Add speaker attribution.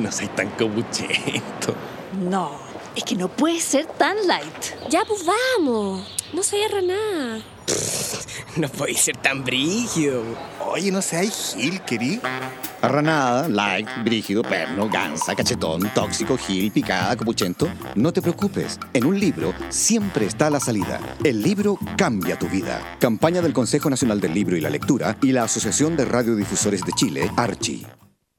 Speaker 1: no soy tan cobuchento.
Speaker 2: No, es que no puede ser tan light.
Speaker 3: Ya, pues vamos. No se agarra nada.
Speaker 4: No podéis ser tan brígido.
Speaker 1: Oye, no seas gil, querido.
Speaker 5: Arranada, like, brígido, perno, gansa, cachetón, tóxico, gil, picada, copuchento. No te preocupes, en un libro siempre está la salida. El libro cambia tu vida. Campaña del Consejo Nacional del Libro y la Lectura y la Asociación de Radiodifusores de Chile, Archie.